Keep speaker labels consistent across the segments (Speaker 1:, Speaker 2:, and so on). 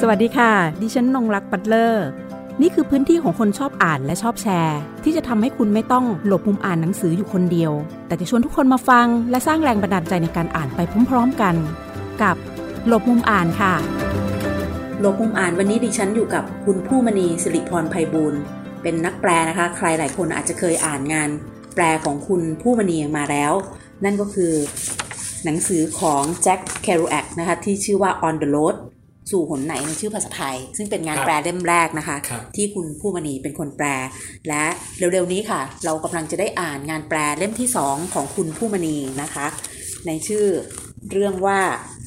Speaker 1: สวัสดีค่ะ ดิฉันนงรักปัตเลอร์ นี่คือพื้นที่ของคนชอบอ่านและชอบแชร์ ที่จะทำให้คุณไม่ต้องหลบมุมอ่านหนังสืออยู่คนเดียว แต่จะชวนทุกคนมาฟัง และสร้างแรงบันดาลใจในการอ่านไปพร้อม ๆกัน กับหลบมุมอ่านค่ะ หลบมุมอ่านวันนี้ดิฉันอยู่กับคุณผู้มณีสิริพรไพบูลย์เป็นนักแปลนะคะ ใครหลายคนอาจจะเคยอ่านงาน แปลของคุณผู้มณีมาแล้ว นั่นก็คือ หนังสือของแจ็คแครูแอกนะคะที่ชื่อว่า On the Road สู่หนไหนในชื่อภาษาไทย ซึ่งเป็นงาน
Speaker 2: ครับ
Speaker 1: แปลเล่มแรกนะคะ
Speaker 2: ครับ
Speaker 1: ที่คุณผู้มณีเป็นคนแปล และเร็วๆนี้ค่ะ เรากำลังจะได้อ่านงานแปลเล่มที่สองของคุณผู้มณีนะคะ ในชื่อเรื่องว่า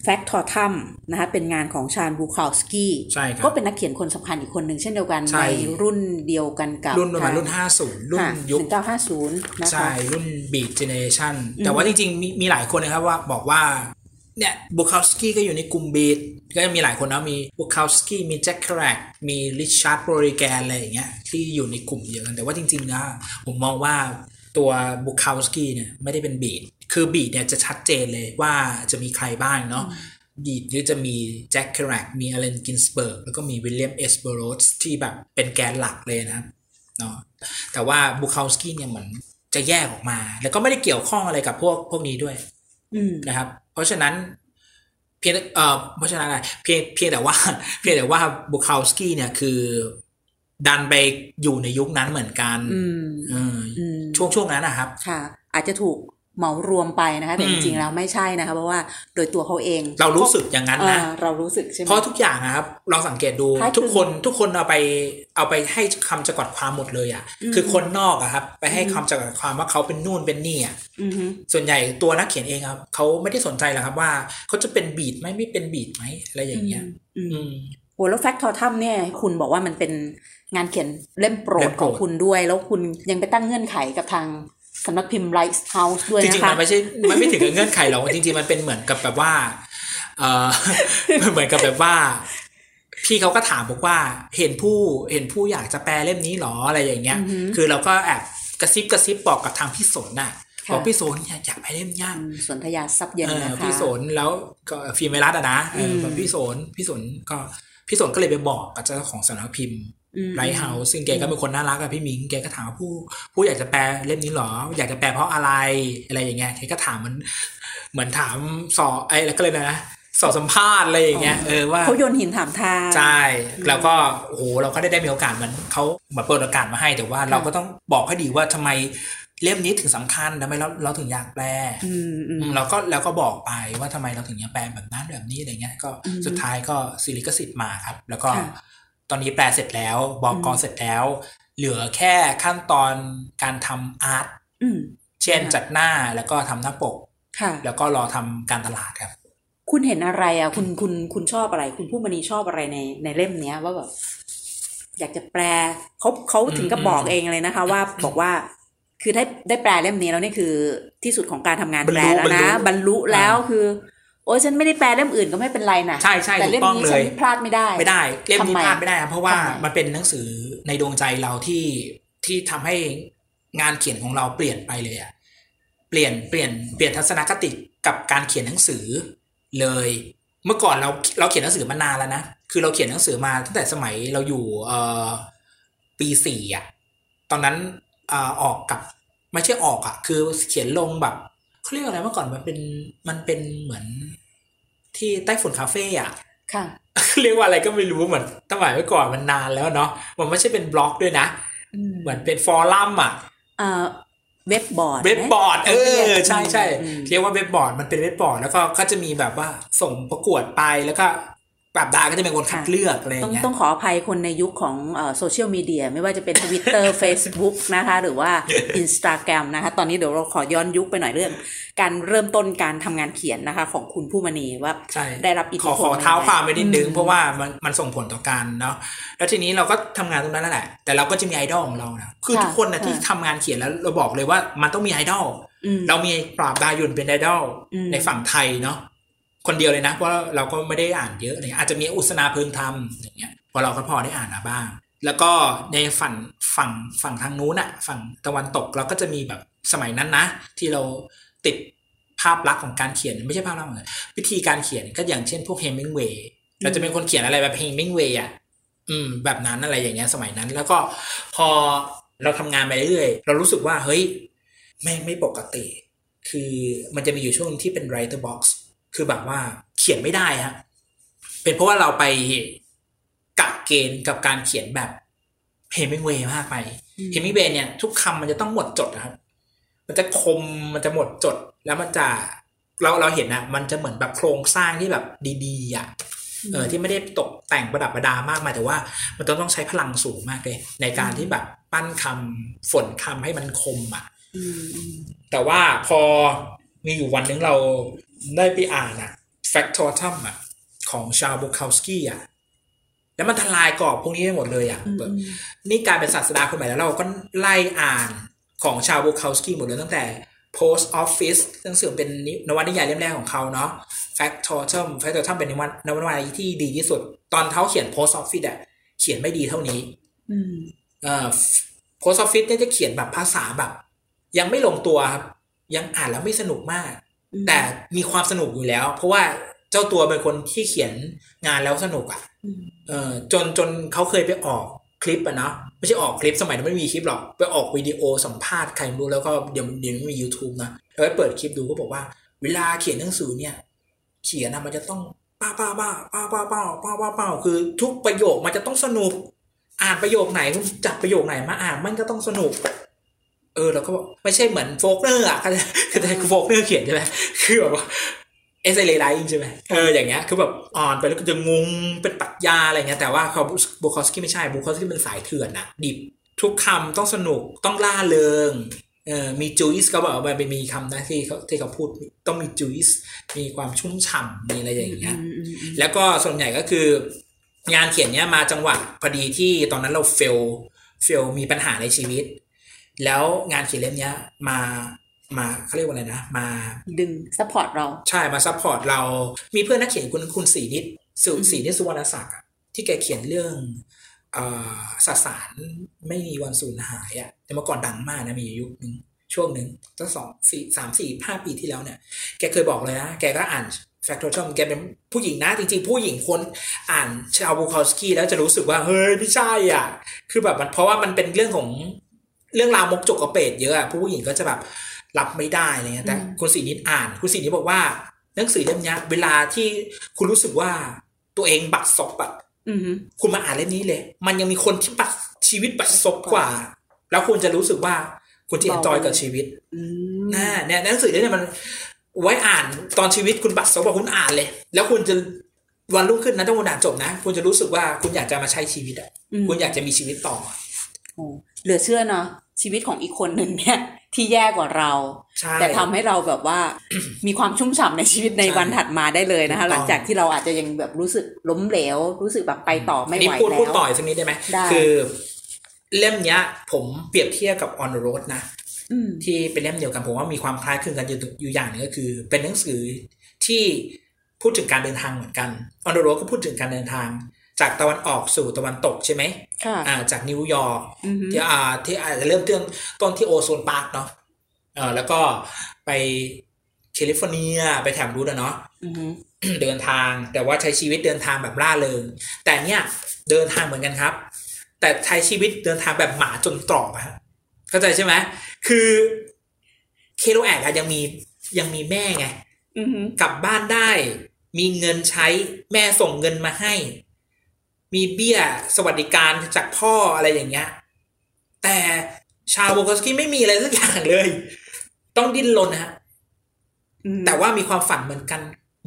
Speaker 1: แฟกทอทัมนะคะเป็นงานของชาญบูคาวสกี้
Speaker 2: ใช่ครับ
Speaker 1: ก็เป็นนักเขียนคนสำคัญอีกคนหนึ่งเช่นเดียวกัน
Speaker 2: ใช่
Speaker 1: ในรุ่นเดียวกันกับ
Speaker 2: รุ่นประมาณรุ่น 50 รุ่นยุค
Speaker 1: หนึ่งเก้าห้าศูนย์นะคะ
Speaker 2: ใช่รุ่นบีดเจเนเรชัน
Speaker 1: อืม
Speaker 2: แต่ว่าจริงๆ มีมีหลายคนนะครับว่าบอกว่าเนี่ยบุคาวสกี้ก็อยู่ในกลุ่มบีดก็มีหลายคนนะมีบุคาวสกี้มีแจ็คแครกมีริชาร์ดโบริแกนอะไรอย่างเงี้ยที่อยู่ในกลุ่มเดียวกัน แต่ว่าจริงๆนะผมมองว่าตัวบุคาวสกี้เนี่ยไม่ได้เป็นบีดคือบีดเนี่ยจะชัดเจนเลยว่าจะมีใครบ้างเนาะ ดีดหรือจะมีแจ็คเครักมีอเลนกินสเบิร์กแล้วก็มีวิลเลียมเอสเบโรสที่แบบเป็นแกนหลักเลยนะครับเนาะแต่ว่าบุคาวสกี้เนี่ยเหมือนจะแยกออกมา แล้วก็ไม่ได้เกี่ยวข้องอะไรกับพวกพวกนี้ด้วย
Speaker 1: อืม
Speaker 2: นะครับ เพราะฉะนั้นเพียงเอ่อเพราะฉะนั้นอะไรเพียงเพียงแต่ว่า เพียงแต่ว่าบุคาวสกี้เนี่ยคือ ดันไปอยู่ในยุคนั้นเหมือนกัน
Speaker 1: อืม
Speaker 2: เออ
Speaker 1: อืม
Speaker 2: ช่วงช่วงนั้นนะครับ
Speaker 1: ค่ะ อาจจะถูกเหมารวมไปนะคะ แต่
Speaker 2: อื
Speaker 1: จ
Speaker 2: ม
Speaker 1: ริงๆแล้วไม่ใช่นะคะ เพราะว่าโดยตัวเขาเอง
Speaker 2: เรารู้สึกอย่างนั้น
Speaker 1: เอ่
Speaker 2: นะ
Speaker 1: อเรารู้สึกใช่ไหม
Speaker 2: เพราะทุกอย่างนะครับลองสังเกตดู
Speaker 1: คล้าย
Speaker 2: ทุกคนทุกคนเอาไปเอาไปให้คำจำกัดความหมดเลยอะ่ะ
Speaker 1: อืม
Speaker 2: คือคนนอกอะครับไปให้
Speaker 1: อืม
Speaker 2: คำจำกัดความว่าเขาเป็นนู่นเป็นนี่อะ
Speaker 1: อือฮึ
Speaker 2: ส่วนใหญ่ตัวนักเขียนเองครับเขาไม่ได้สนใจหรอกครับว่าเขาจะเป็นบีดไหมไม่เป็นบีดไหมอะไรอย่างเงี้ย
Speaker 1: อืม
Speaker 2: อืม
Speaker 1: โหแล้วแฟกทอทัมเนี่ยคุณบอกว่ามันเป็นงานเขียนเล่มโปร
Speaker 2: เล่
Speaker 1: ด
Speaker 2: ม
Speaker 1: ข
Speaker 2: โปรด
Speaker 1: องคุณด้วย แล้วคุณยังไปตั้งเงื่อนไขกับทางสำนักพิมพ์ไรส์เฮาส์ด้วย
Speaker 2: จ
Speaker 1: นะ
Speaker 2: ริงๆ
Speaker 1: คะ
Speaker 2: มันไม่ใช่มันไม่ถึงกับเงื่อนไขหรอกจริงๆมันเป็นเหมือนกับแบบว่าเออ เหมือนกับแบบว่า พี่เขาก็ถามบอกว่าเห็นผู้เห็นผู้อยากจะแปลเล่มนี้หรออะไรอย่างเงี้ย
Speaker 1: อือหือ
Speaker 2: คือเราก็แอบกระซิบกระซิบบอกกับทางพี่สนน่ะ
Speaker 1: ค่ะ
Speaker 2: บอกพี่สนเนี่ยอยากไปเล่มย่าง
Speaker 1: อืมสวนทยาซับเย็น
Speaker 2: เออ
Speaker 1: นะคะ
Speaker 2: พี่สนแล้วก็ฟิล์มไวรัสอะนะเอออ
Speaker 1: ม
Speaker 2: แบบพี่สนพี่สนก็พี่สนก็เลยไปบอกกับเจ้าของสำนักพิมพ์
Speaker 1: อืม
Speaker 2: ไรเฮาซึ่งแกก็เป็นคนน่ารักอะพี่หมิง แกก็ถามว่าผู้ผู้อยากจะแปลเล่มนี้หรอ อยากจะแปลเพราะอะไรอะไรอย่างเงี้ยแกก็ถามเหมันเหมือนถามสอบไอ้แล้วก็เลยกนะสอบสัมภาษณ์อะไรอย่างเงี้ย
Speaker 1: อ๋อ
Speaker 2: เออว่า
Speaker 1: เขาโยนหินถามทาง
Speaker 2: ใช่แล้วก็โอ้โหเราก็ได้ได้มีโอกาสเหมือนเขาเหมือนเปิดโอกาสมาให้แต่ว่าเราก็ต้องบอกให้ดีว่าทำไมเล่มนี้ถึงสำคัญทำไมเราเราถึงอยากแปล
Speaker 1: อืมอืม
Speaker 2: อืมเราก็เราก็บอกไปว่าทำไมเราถึงยังแปลแบบนั้นแบบนี้อะไรเงี้ยก็
Speaker 1: อืม
Speaker 2: สุดท้ายก็ซิลิกสิทธิ์มาครับ แล้วก็
Speaker 1: ค่ะ
Speaker 2: ตอนนี้แปลเสร็จแล้วบอกก
Speaker 1: อืม
Speaker 2: เสร็จแล้ว เหลือแค่ขั้นตอนการทำอาร์ต
Speaker 1: อืม
Speaker 2: เช่น
Speaker 1: ค่ะ
Speaker 2: จัดหน้าแล้วก็ทำหน้าปก
Speaker 1: ค่ะ
Speaker 2: แล้วก็รอทำการตลาดครับ
Speaker 1: คุณเห็นอะไรอ่ะ คุณคุณคุณชอบอะไร คุณผู้มณีชอบอะไรในในเล่มเนี้ยว่าแบบอยากจะแปลเขาเขาถึงกับ
Speaker 2: อืม
Speaker 1: บอกเองเลยนะคะ ว่าบอกว่า คือได้ได้แปลเล่มนี้แล้วนี่คือที่สุดของการทำงาน
Speaker 2: บรร
Speaker 1: แปล
Speaker 2: ลุ
Speaker 1: แล้วนะ
Speaker 2: บบร
Speaker 1: ร
Speaker 2: ร
Speaker 1: ร
Speaker 2: ลุ
Speaker 1: ลุแล้ว
Speaker 2: อ่า
Speaker 1: คือ โอ้ยฉันไม่ได้แปลเล่มอื่นก็ไม่เป็นไรนะ
Speaker 2: ใช่ใช่
Speaker 1: แต่
Speaker 2: ถู
Speaker 1: เล่
Speaker 2: ก
Speaker 1: ม
Speaker 2: ต้อง
Speaker 1: นี้
Speaker 2: เล
Speaker 1: ฉัน
Speaker 2: ย
Speaker 1: พลาดไม่ได้
Speaker 2: ไม่ได้เล่มนี้
Speaker 1: ทำไม
Speaker 2: พลาดไม่ได้ครับเพราะว่า
Speaker 1: ทำไม
Speaker 2: มันเป็นหนังสือในดวงใจเราที่ที่ทำให้งานเขียนของเราเปลี่ยนไปเลยอะเปลี่ยนเปลี่ยนเปลี่ยนทัศนคติกับการเขียนหนังสือเลย เมื่อก่อนเราเราเขียนหนังสือมานานแล้วนะคือเราเขียนหนังสือมาตั้งแต่สมัยเราอยู่เอ่อปีสี่อะตอนนั้นเอ่อออกกับไม่ใช่ออกอะคือเขียนลงแบบเขาเรียกอะไรเมื่อก่อนมันเป็นมันเป็นเหมือนที่ใต้ฝุ่นคาเฟ่อะ
Speaker 1: ค่ะ
Speaker 2: เรียกว่าอะไรก็ไม่รู้เหมือนสมัยเมื่อก่อนมันนานแล้วเนาะมันไม่ใช่เป็นบล็อกด้วยนะ
Speaker 1: อืม
Speaker 2: เหมือนเป็นฟอรัมอ่ะ
Speaker 1: เอ่อเว็บบอร์ด
Speaker 2: เว็บบอร์ด เออ ใช่ใช่
Speaker 1: อืม
Speaker 2: เรียกว่าเว็บบอร์ดมันเป็นเว็บบอร์ดแล้วก็ก็จะมีแบบว่าส่งประกวดไปแล้วก็ปราบดาก็จะเป็นคนคัดเลือกอะไรอ
Speaker 1: ต้อย่างง
Speaker 2: เงี้ย
Speaker 1: ต้องขออภัยคนในยุคของโซเชียลมีเดียไม่ว่าจะเป็น Twitter Facebook นะคะ ห รือว่า Instagram นะคะ ตอนนี้เดี๋ยวเราขอย้อนยุคไปหน่อยเรื่อง การเริ่มต้นการทำงานเขียนนะคะ ของคุณผู้มณีว่า
Speaker 2: ใช่
Speaker 1: ได้รับอิท
Speaker 2: ข
Speaker 1: ธิ
Speaker 2: อ
Speaker 1: พล
Speaker 2: ขอเท้าความไปนิดนึง
Speaker 1: อืม
Speaker 2: เพราะว่ามันมันส่งผลต่อการเนาะแล้วทีนี้เราก็ทำงานตรงนั้นนั่นแหละ แต่เราก็จะมีไอดอลของเรานะคือ
Speaker 1: ค่ะ
Speaker 2: ทุกคนนะ
Speaker 1: ค่ะ
Speaker 2: ที่ทำงานเขียนแล้วเราบอกเลยว่ามันต้องมีไอดอล
Speaker 1: อืม
Speaker 2: เรามีปราบดายุนเป็นไอดอล
Speaker 1: อืม
Speaker 2: ในฝั่งไทยเนาะคนเดียวเลยนะ เพราะเราก็ไม่ได้อ่านเยอะเลยอาจจะมีอุษนาเพิงธรรมอย่างเงี้ยเพอเราก็พอได้อ่านมาบ้าง แล้วก็ในฝั่งฝั่งฝั่งทางนู้นอะฝั่งตะวันตกเราก็จะมีแบบสมัยนั้นนะ ที่เราติดภาพลักษณ์ของการเขียนไม่ใช่ภาพลักษณ์ของวิธีการเขียนก็อย่างเช่นพวกเฮมิงเวย์ เราจะเป็นคนเขียนอะไรแบบเฮมิงเวย์อ่ะอืม แบบนั้นอะไรอย่างเงี้ยสมัยนั้น แล้วก็พอเราทำงานไปเรื่อยๆเรารู้สึกว่าเฮ้ยแม่งไม่ปกติ คือมันจะมีอยู่ช่วงที่เป็น writer box คือแบบว่าเขียนไม่ได้ฮะเป็นเพราะว่าเราไปกะเกณฑ์กับการเขียนแบบเฮมิงเวย์มากไป เฮมิงเวย์เนี่ยทุกคำมันจะต้องหมดจดนะครับ มันจะคมมันจะหมดจดแล้วมันจะเราเราเห็นนะมันจะเหมือนแบบโครงสร้างที่แบบดีๆอ่ะเออที่ไม่ได้ตกแต่งประดับประดามากมายแต่ว่า มันต้องต้องใช้พลังสูงมากเลย ในการที่แบบปั้นคำฝนคำให้มันคมอ่ะ
Speaker 1: อืมอืม
Speaker 2: แต่ว่าพอมีอยู่วันหนึงเราได้ไปอ่านอะ Factotum อะของชาวบุคาวสกี้อะแล้วมันทลายกรอบพวกนี้ไปหมดเลยอะแบบนี่กลายเป็นศาสดาคนใหม่แล้วเราก็ไล่อ่านของชาวบุคาวสกี้หมดเลยตั้งแต่ Post Office ซึ่งสือเป็นนินวนิยายเล่มแรกของเขาเนาะ Factotum Factotum เป็นนวนนวนิยายที่ดีที่สุด ตอนเขาเขียน Post Office อะเขียนไม่ดีเท่านี้
Speaker 1: อืม
Speaker 2: เอ่อโพสออฟฟิศเนี่ยจะเขียนแบบภาษาแบบ ยังไม่ลงตัวครับ ยังอ่านแล้วไม่สนุกมาก
Speaker 1: อืม
Speaker 2: แต่มีความสนุกอยู่แล้ว เพราะว่าเจ้าตัวเป็นคนที่เขียนงานแล้วสนุกอ่ะ
Speaker 1: อืม
Speaker 2: เออจนจนเขาเคยไปออกคลิปอะเนาะไม่ใช่ออกคลิปสมัยนั้นไม่มีคลิปหรอก ไปออกวิดีโอสัมภาษณ์ใครไม่รู้แล้วก็เดี๋ยวเดี๋ยวนี้มี YouTube นะแล้วไปเปิดคลิปดูก็บอกว่า เวลาเขียนหนังสือเนี่ย เขียนอะมันจะต้องป้าป้าป้าป้าป้าป้าป้าป้าป้าคือ ทุกประโยคมันจะต้องสนุก อ่านประโยคไหนคุณจับประโยคไหนมาอ่านมันก็ต้องสนุก เออเราก็บอกไม่ใช่เหมือนโฟกเนอร์อ่ะเข้าใจเข้าใจคือโฟกเนอร์เขียนใช่ไหมคือแบบว่าเอเซเลไลท์ใช่ไหมเอออย่างเงี้ยคือแบบอ่อนไปแล้วก็จะงงเป็นปรักยาอะไรเงี้ยแต่ว่าเขาบุคอสกี้ไม่ใช่บุคอสกี้เป็นสายเถื่อนนะดิบทุกคำต้องสนุกต้องล่าเริงเออมีจูอิสเขาบอกว่ามันเป็นมีคำนะที่เขาที่เขาพูดต้องมีจูอิสมีความชุ่มฉ่ำมีอะไรอย่างเงี้ย
Speaker 1: อืมอืม
Speaker 2: แล้วก็ส่วนใหญ่ก็คือ งานเขียนเนี้ยมาจังหวะพอดีที่ตอนนั้นเราเฟลเฟลมีปัญหาในชีวิต แล้วงานเขียนเล่มเนี้ยมามาเขาเรียกว่าอะไรนะ มา
Speaker 1: ดึงซัพพอร์ตเรา
Speaker 2: ใช่มาซัพพอร์ตเรา มีเพื่อนนักเขียนคุณคุณสีนิดสุสีนิดสุวรรณศักดิ์อะที่แกเขียนเรื่องเอ่อสสารไม่มีวันสูญหายอะแต่เมื่อก่อนดังมากนะมีอยู่ยุคหนึ่งช่วงหนึ่งตั้งสองสี่สามสี่ห้าปีที่แล้วเนี่ย แกเคยบอกเลยนะ แกก็อ่าน แฟกทอชอมแกเป็นผู้หญิงนะ จริงๆ ผู้หญิงคนอ่านชาวบูคอสกี้แล้วจะรู้สึกว่า เฮ้ยไม่ใช่อ่ะ คือแบบมันเพราะว่ามันเป็นเรื่องของเรื่องราวมกจกกระเปดเยอะอะผู้หญิงก็จะแบบรับไม่ได้อะไรเงี้ยแต่
Speaker 1: อืม
Speaker 2: คุณสีนิดอ่าน คุณสีนิดบอกว่าหนังสือเล่มเนี้ยเวลาที่คุณรู้สึกว่าตัวเองบักศพอะ
Speaker 1: อืม
Speaker 2: คุณมาอ่านเล่มนี้เลย มันยังมีคนที่บักชีวิตบักศพกว่า แล้วคุณจะรู้สึกว่าคุณจะเอนจอยกับชีวิต
Speaker 1: อืม
Speaker 2: นะเนี่ยหนังสือเล่มเนี่ยมันไว้อ่านตอนชีวิตคุณบัตรสบอกคุณอ่านเลย แล้วคุณจะวันรุ่งขึ้นนะถ้าคุณอ่านจบนะ คุณจะรู้สึกว่าคุณอยากจะมาใช้ชีวิตอ่ะ
Speaker 1: อืม
Speaker 2: คุณอยากจะมีชีวิตต่อ
Speaker 1: โอ้เหลือเชื่อเนาะชีวิตของอีกคนหนึ่งเนี่ย ที่แย่กว่าเรา
Speaker 2: ใช่
Speaker 1: แต่ทำให้เราแบบ ว่า มีความชุ่มฉ่ำในชีวิตใน
Speaker 2: ใช่
Speaker 1: วันถัดมาได้เลยนะคะ
Speaker 2: ถูกต้อง
Speaker 1: หลังจากที่เราอาจจะยังแบบรู้สึกล้มเหลว รู้สึกแบบไปต่อไม่
Speaker 2: อัน
Speaker 1: ไห
Speaker 2: นี้
Speaker 1: ว
Speaker 2: พูด
Speaker 1: แล้
Speaker 2: พูด
Speaker 1: ว
Speaker 2: ต่อยสักนิดได้ไหม
Speaker 1: ได้
Speaker 2: คือเล่มเนี้ย ผมเปรียบเทียบกับ On the Road นะ
Speaker 1: อืม
Speaker 2: ที่เป็นเล่มเดียวกันผมว่ามีความคล้ายคลึงกันอยู่อยู่อย่างหนึงก็คือ เป็นหนังสือที่พูดถึงการเดินทางเหมือนกัน On the Road ก็พูดถึงการเดินทาง จากตะวันออกสู่ตะวันตกใช่ไหม
Speaker 1: ค่ะ
Speaker 2: อ่าจากนิวยอร์ก
Speaker 1: อืมฮึ
Speaker 2: ที่อ่าที่อาจจะเริ่มต้นต้นที่โอโซนปาร์คเนาะเออแล้วก็ไปแคลิฟอร์เนียไปแถบรูทอะเนาะ
Speaker 1: อืมฮึ
Speaker 2: เดินทางแต่ว่าใช้ชีวิตเดินทางแบบร่าเริงแต่เนี่ยเดินทางเหมือนกันครับ แต่ใช้ชีวิตเดินทางแบบหมาจนตรอกอะฮะเข้าใจใช่ไหมคือเคโรแอกอะยังมียังมีแม่ไง
Speaker 1: อืมฮึ
Speaker 2: กลับบ้านได้มีเงินใช้แม่ส่งเงินมาให้ มีเบี้ยสวัสดิการจากพ่ออะไรอย่างเงี้ย แต่ชาวโบกอสกี้ไม่มีอะไรสักอย่างเลย ต้องดิ้นรนนะฮะ
Speaker 1: อืม
Speaker 2: แต่ว่ามีความฝันเหมือนกัน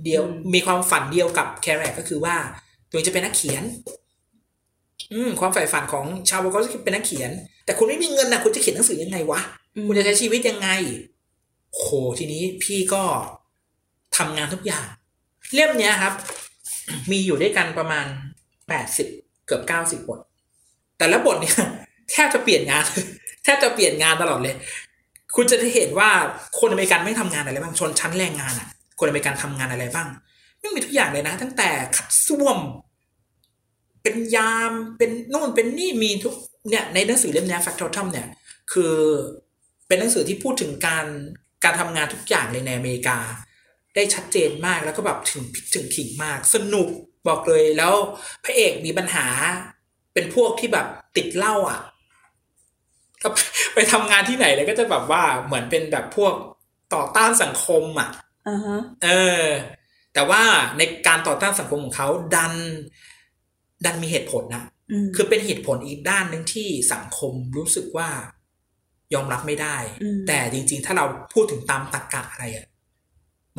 Speaker 2: เดียว
Speaker 1: อืม
Speaker 2: มีความฝันเดียวกับแครกก็คือว่า ตัวเองจะเป็นนักเขียน อืมความใฝ่ฝันของชาวโบกอสกี้เป็นนักเขียน แต่คุณไม่มีเงินนะคุณจะเขียนหนังสือยังไงวะ คุณจะใช้ชีวิตยังไง โห ทีนี้พี่ก็ทำงานทุกอย่าง เล่มเนี้ยครับ มีอยู่ด้วยกันประมาณแปดสิบเกือบเก้าสิบบท แต่ละบทเนี่ย แทบจะเปลี่ยนง าน แทบจะเปลี่ยนงานตลอดเลย คุณจะได้เห็นว่าคนอเมริกันไม่งทำงานอะไรบ้าง ชนชั้นแรงงานอ่ะ คนอเมริกันทำงานอะไรบ้างไม่งมีทุกอย่างเลยนะ ตั้งแต่ขัดส้วม เป็นยาม เป็นนู่นเป็นนี่มีทุกเนี่ย ในหนังสือเล่มเนี้แฟกทอทัมเนี่ย คือเป็นหนังสือที่พูดถึงการการทำงานทุกอย่างเลยในอเมริกา ได้ชัดเจนมากแล้วก็แบบถึงพริกถึงขิงมาก สนุกบอกเลยแล้วพระเอกมีปัญหา เป็นพวกที่แบบติดเหล้าอ่ะ ก็ไปทำงานที่ไหนแล้วก็จะแบบว่าเหมือนเป็นแบบพวกต่อต้านสังคมอ่ะ
Speaker 1: อ่าฮะ
Speaker 2: เออ แต่ว่าในการต่อต้านสังคมของเขาดัน ดันมีเหตุผลนะ
Speaker 1: อืม
Speaker 2: คือเป็นเหตุผลอีกด้านหนึ่งที่สังคมรู้สึกว่ายอมรับไม่ได้
Speaker 1: ม
Speaker 2: แต่จริง ๆ ถ้าเราพูดถึงตามตรรกกะอะไรอ่ะ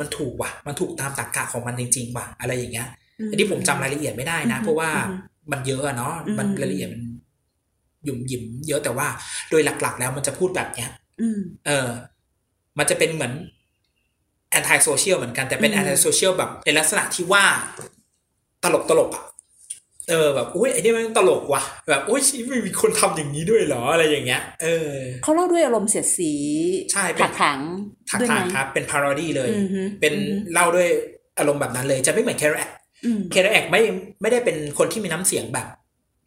Speaker 2: มันถูกว่ะ มันถูกตามตรรกกะของมันจริง ๆ ว่ะ อะไรอย่างเงี้ย อันนี้ผมจำรายละเอียดไม่ได้นะ
Speaker 1: อืม
Speaker 2: เพราะว่า
Speaker 1: อืม
Speaker 2: มันเยอะอะเนาะ มัน
Speaker 1: อืม
Speaker 2: รายละเอียดมันหยุ่มหยิมเยอะแต่ว่าโดยหลัก ๆ แล้วมันจะพูดแบบเนี้ย
Speaker 1: อืม
Speaker 2: เออ มันจะเป็นเหมือนแอนตี้โซเชียลเหมือนกันแต่เป็น
Speaker 1: อืม
Speaker 2: แอนตี้โซเชียลแบบในลักษณะที่ว่าตลกตลกๆอ่ะ เออแบบอุ้ยไอ้นี่มันตลกว่ะ แบบอุ้ยมันมีคนทำอย่างนี้ด้วยเหรออะไรอย่างเงี้ย เออ
Speaker 1: เขาเล่าด้วยอารมณ์เสียดสี
Speaker 2: ใช่เป็น
Speaker 1: ถักถัง
Speaker 2: ถัก
Speaker 1: ด้วย
Speaker 2: ทา
Speaker 1: ไห
Speaker 2: ง
Speaker 1: ม
Speaker 2: ครับ เป็นพาราดีเลย
Speaker 1: อืมฮึ
Speaker 2: เป็น
Speaker 1: อืมฮึ
Speaker 2: เล่าด้วยอารมณ์แบบนั้นเลย จะไม่เหมือนแคร์แอค
Speaker 1: อืม
Speaker 2: แคร์แอคไม่ไม่ได้เป็นคนที่มีน้ำเสียงแบบ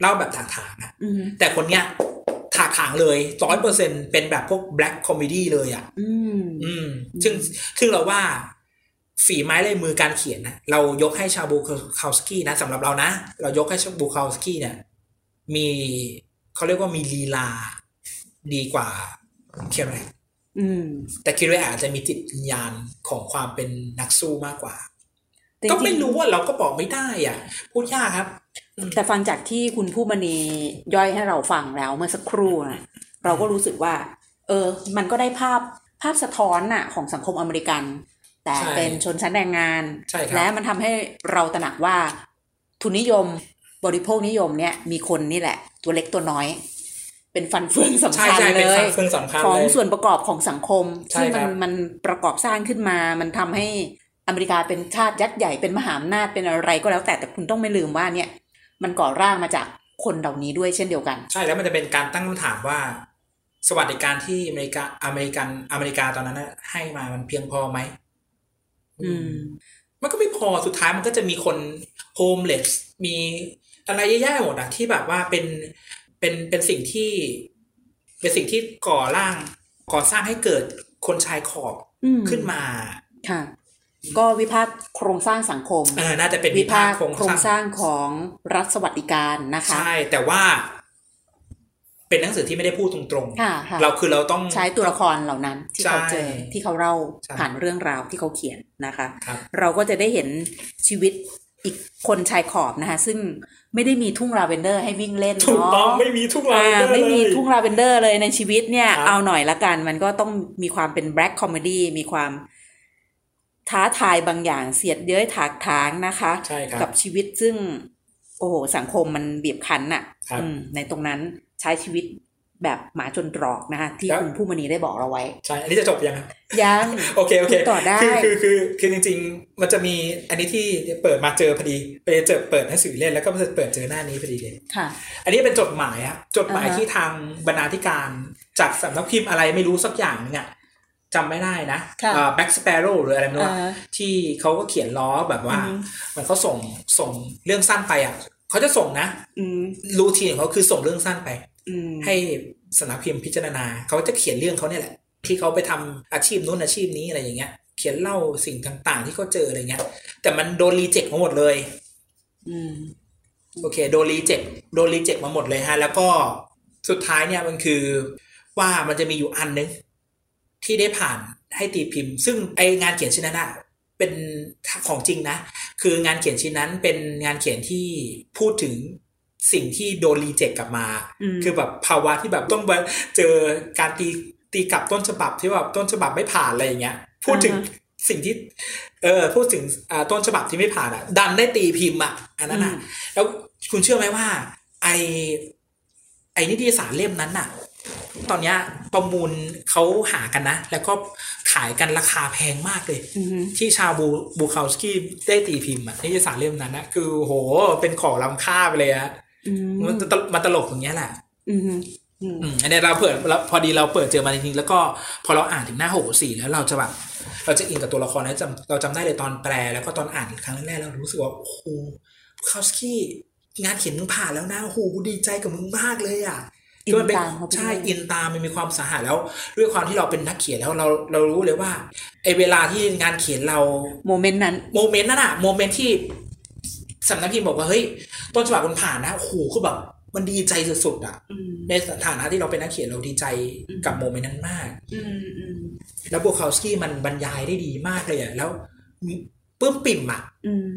Speaker 2: เล่าแบบถากถางๆอะ
Speaker 1: อืมฮึ
Speaker 2: แต่คนเนี้ยถากถางเลยร้อยเปอร์เซ็นเป็นแบบพวกแบล็กคอมเมดี้เลยอ่ะ
Speaker 1: อืม
Speaker 2: อืมซึ่งซึ่งเราว่าฝีไม้ลายมือการเขียนนะเรายกให้ชาบูคาวสกี้นะสำหรับเรานะ เรายกให้ชาบูคาวสกี้เนี่ย มีเขาเรียกว่ามีลีลาดีกว่าเคเรก
Speaker 1: อืม
Speaker 2: แต่เคเรกอาจจะมีจิตวิญญาณของความเป็นนักสู้มากกว่า
Speaker 1: แต่
Speaker 2: ก็
Speaker 1: จ
Speaker 2: ไม่
Speaker 1: งๆ
Speaker 2: รู้ว่าเราก็บอกไม่ได้อ่ะ พูดยากครับ
Speaker 1: แต่ฟังจากที่คุณผู้มณีย่อยให้เราฟังแล้วเมื่อสักครู่นะเราก็รู้สึกว่า เออ มันก็ได้ภาพภาพสะท้อนน่ะ ของสังคมอเมริกัน แต่
Speaker 2: ใช่
Speaker 1: เป็นชนชั้นแรงงาน
Speaker 2: ใช่ครับ
Speaker 1: และมันทำให้เราตระหนักว่า ทุนนิยมบริโภคนิยมเนี่ย มีคนนี่แหละ ตัวเล็กตัวน้อย เป็นฟันเฟืองสำ
Speaker 2: ใช่
Speaker 1: คัญ
Speaker 2: ใช่
Speaker 1: เล
Speaker 2: เป็น
Speaker 1: ย
Speaker 2: เครื่องสำคัญ
Speaker 1: ของ
Speaker 2: เลย
Speaker 1: ส่วนประกอบของสังคม
Speaker 2: ใช่
Speaker 1: ที่
Speaker 2: ค
Speaker 1: มั
Speaker 2: รั
Speaker 1: น
Speaker 2: บ
Speaker 1: มันประกอบสร้างขึ้นมา มันทำให้อเมริกาเป็นชาติยักษ์ใหญ่เป็นมหาอำนาจเป็นอะไรก็แล้วแต่แต่คุณต้องไม่ลืมว่าเนี่ย มันก่อร่างมาจากคนเหล่านี้ด้วยเช่นเดียวกัน
Speaker 2: ใช่แล้วมันจะเป็นการตั้งคำถามว่า สวัสดิการที่อเมริกาอเมริกันอเมริกาตอนนั้นน่ะให้มามันเพียงพอไหม
Speaker 1: อืม
Speaker 2: มันก็ไม่พอสุดท้ายมันก็จะมีคนโฮมเลสมีอะไรแย่ๆหมดอะที่แบบว่าเป็นเป็นเป็นสิ่งที่ เป็นสิ่งที่ก่อร่างก่อสร้างให้เกิดคนชายขอบ
Speaker 1: อืม
Speaker 2: ขึ้นมา
Speaker 1: ค่ะ ก็วิพากษ์โครงสร้างสังคม
Speaker 2: เออน่าจะเป็น
Speaker 1: วิพากษ์
Speaker 2: โครง
Speaker 1: โครง
Speaker 2: ส
Speaker 1: ส
Speaker 2: ร้าง
Speaker 1: ร้างของรัฐสวัสดิการนะคะ
Speaker 2: ใช่ แต่ว่า เป็นหนังสือที่ไม่ได้พูดตรง
Speaker 1: ค่ะค่ะ
Speaker 2: ๆ เราคือเราต้อง
Speaker 1: ใช้ตัวละครเหล่านั้นที่เขาเจอ
Speaker 2: ใช่
Speaker 1: ที่เขาเล่า
Speaker 2: ใช่
Speaker 1: ผ่านเรื่องราวที่เขาเขียนนะคะ
Speaker 2: ครับ
Speaker 1: เราก็จะได้เห็นชีวิตอีกคนชายขอบนะคะ ซึ่งไม่ได้มีทุ่งลาเวนเดอร์ให้วิ่งเล่น
Speaker 2: ถูกต้อง
Speaker 1: เนาะ
Speaker 2: ไม่มีทุกราย
Speaker 1: อ่า
Speaker 2: เลย
Speaker 1: ไม่มีทุ่งลาเวนเดอร์เลยในชีวิตเนี่ย
Speaker 2: ครับ
Speaker 1: เอาหน่อยละกันมันก็ต้องมีความเป็นแบล็กคอมเมดี้มีความท้าทายบางอย่างเสียดเย้ยถากถางนะคะ
Speaker 2: ใช่ครั
Speaker 1: กับ บชีวิตซึ่ง โอ้โห สังคมมันบีบคั้นน่ะ
Speaker 2: ครับ
Speaker 1: อืมในตรงนั้นใช้ชีวิตแบบหมาจนตรอกนะคะที่
Speaker 2: ครับ
Speaker 1: คุณผู้มณีได้บอกเราไว้
Speaker 2: ใช่อันนี้จะจบยังครับ
Speaker 1: ยัง
Speaker 2: โอเค โอเค
Speaker 1: พูดต่อได้
Speaker 2: คือคือคือคือจริง ๆ มันจะมีอันนี้ที่เปิดมาเจอพอดีไปเจอเปิดหนังสือเล่นแล้วก็มาเปิดเจอหน้านี้พอดีเลย
Speaker 1: ค่ะ
Speaker 2: อันนี้เป็นจดหมายอะจดหมาย
Speaker 1: อ่าฮะ
Speaker 2: ที่ทางบรรณาธิการจากสำนักพิมพ์อะไรไม่รู้สักอย่างนึงอะจำไม่ได้นะแบ็กสเปโร่อ Black Sparrow หรืออะไรไม่รู้
Speaker 1: อ่า
Speaker 2: อะ
Speaker 1: ฮะ
Speaker 2: ที่เขาก็เขียนล้อแบบว่า
Speaker 1: อือฮึ
Speaker 2: เหมันเขาส่งส่งเรื่องสั้นไปอะเขาจะส่งนะ
Speaker 1: อืม
Speaker 2: รูทีนของเขาคือส่งเรื่องสั้นไป
Speaker 1: อืม
Speaker 2: ให้สำนักพิมพ์พิจารณาเขาจะเขียนเรื่องเขาเนี่ยแหละ ที่เขาไปทำอาชีพนู้นอาชีพนี้อะไรอย่างเงี้ย เขียนเล่าสิ่งต่างๆ ที่เขาเจออะไรเงี้ย แต่มันโดนรีเจ็คมาหมดเลย
Speaker 1: อืม
Speaker 2: โอเค โดนรีเจ็คโดนรีเจ็คมาหมดเลยฮะ แล้วก็สุดท้ายเนี่ยมันคือว่ามันจะมีอยู่อันนึง ที่ได้ผ่านให้ตีพิมพ์ ซึ่งไองานเขียนชิ้นนั้นอะเป็นของจริงนะ คืองานเขียนชิ้นนั้นเป็นงานเขียนที่พูดถึงสิ่งที่โดนรีเจ็คกลับมา
Speaker 1: อืม
Speaker 2: คือแบบภาวะที่แบบต้องมาเจอการตีตีกลับต้นฉบับที่แบบต้นฉบับไม่ผ่านอะไรอย่างเงี้ย พูดถึงสิ่งที่ เออพูดถึงอ่าต้นฉบับที่ไม่ผ่านอะดันได้ตีพิมพ์อะอันนั้นอะ
Speaker 1: อืม
Speaker 2: แล้วคุณเชื่อไหมว่า ไอไอนิตยสารเล่มนั้นอะตอนเนี้ยประมูลเขาหากันนะ แล้วก็ขายกันราคาแพงมากเลย
Speaker 1: อืม
Speaker 2: ที่ชาวบูบูคาสกี้ได้ตีพิมพ์อะนิตยสารเล่มนั้นนะคือโหเป็นของล้ำค่าไปเลยอะ
Speaker 1: อืม
Speaker 2: มันตลกมันตลกตรงเนี้ยแหละ
Speaker 1: อืมอืม
Speaker 2: อืมอันเนี้ยเราเปิดเราพอดีเราเปิดเจอมาจริงๆแล้วก็พอเราอ่านถึงหน้าหกสี่แล้วเราจะแบบเราจะอินกับตัวละครแล้วจำเราจำได้เลยตอนแปลแล้วก็ตอนอ่านครั้งแรกๆเรารู้สึกว่าโอ้โหคาวสกี้งานเขียนมึงผ่านแล้วนะโอ้โหกูดีใจกับมึงมากเลยอ่ะ
Speaker 1: อิน
Speaker 2: ก็มันเป็น
Speaker 1: ตามเขาไป
Speaker 2: ใช่
Speaker 1: ด้วย
Speaker 2: อินตามมันมีความสาหัสแล้ว ด้วยความที่เราเป็นนักเขียนแล้วเราเรารู้เลยว่าไอเวลาที่งานเขียนเรา
Speaker 1: โมเมนต์นั้น
Speaker 2: โมเมนต์นั่นอะโมเมนต์ที่สำนักพิมพ์บอกว่าเฮ้ยต้นฉบับมันผ่านนะโอ้โหคือแบบมันดีใจสุดๆอะในฐานะที่เราเป็นนักเขียนเราดีใจกับโมเมนต์นั้นมาก แล้วโบคาสกี้มันบรรยายได้ดีมากเลยอะแล้วปลื้มปิ่มอะ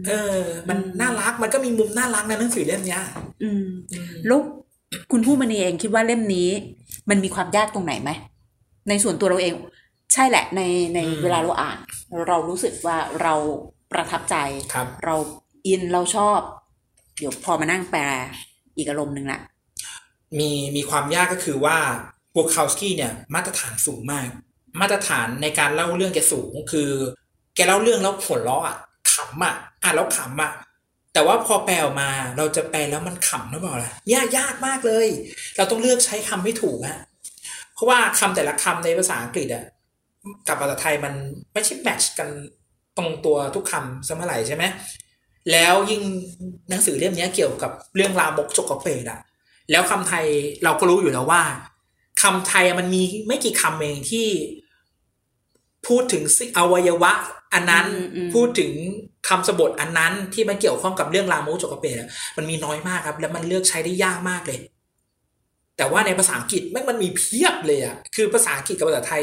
Speaker 2: เออ มันน่ารักมันก็มีมุมน่ารักในะหนังสือเล่มเนี้ย
Speaker 1: แล้วคุณผู้มณีเองคิดว่าเล่มนี้ มันมีความยากตรงไหนไหม ในส่วนตัวเราเอง ใช่แหละ ในในเวลาเราอ่าน เรารู้สึกว่าเราประทับใจ
Speaker 2: ครับ
Speaker 1: เราอินเราชอบ เดี๋ยวพอมานั่งแปลอีกอารมณ์หนึ่งละ
Speaker 2: มีมีความยากก็คือว่าบวกคาวสกี้เนี่ยมาตรฐานสูงมาก มาตรฐานในการเล่าเรื่องแกสูงคือ แกเล่าเรื่องแล้วหัวเราะอ่ะขำอ่ะอ่านแล้วขำอ่ะแต่ว่าพอแปลออกมาเราจะแปลแล้วมันขำหรือเปล่าล่ะยากยากมากเลย เราต้องเลือกใช้คำไม่ถูกฮะเพราะว่าคำแต่ละคำในภาษาอังกฤษอ่ะกับภาษาไทยมันไม่ใช่แมทช์กันตรงตัวทุกคำสมัยใช่ไหมแล้วยิ่งหนังสือเล่มเนี้ยเกี่ยวกับเรื่องรามกจกกระเปรตอ่ะ แล้วคำไทยเราก็รู้อยู่แล้วว่าคำไทยมันมีไม่กี่คำเองที่พูดถึงสิอวัยวะ อันนั้น
Speaker 1: อืมอืม
Speaker 2: พูดถึงคำสบทอันนั้นที่มันเกี่ยวข้องกับเรื่องรามกจกกระเปรตอะมันมีน้อยมากครับ แล้วมันเลือกใช้ได้ยากมากเลย แต่ว่าในภาษาอังกฤษแม่งมันมีเพียบเลยอะคือภาษาอังกฤษกับภาษาไทย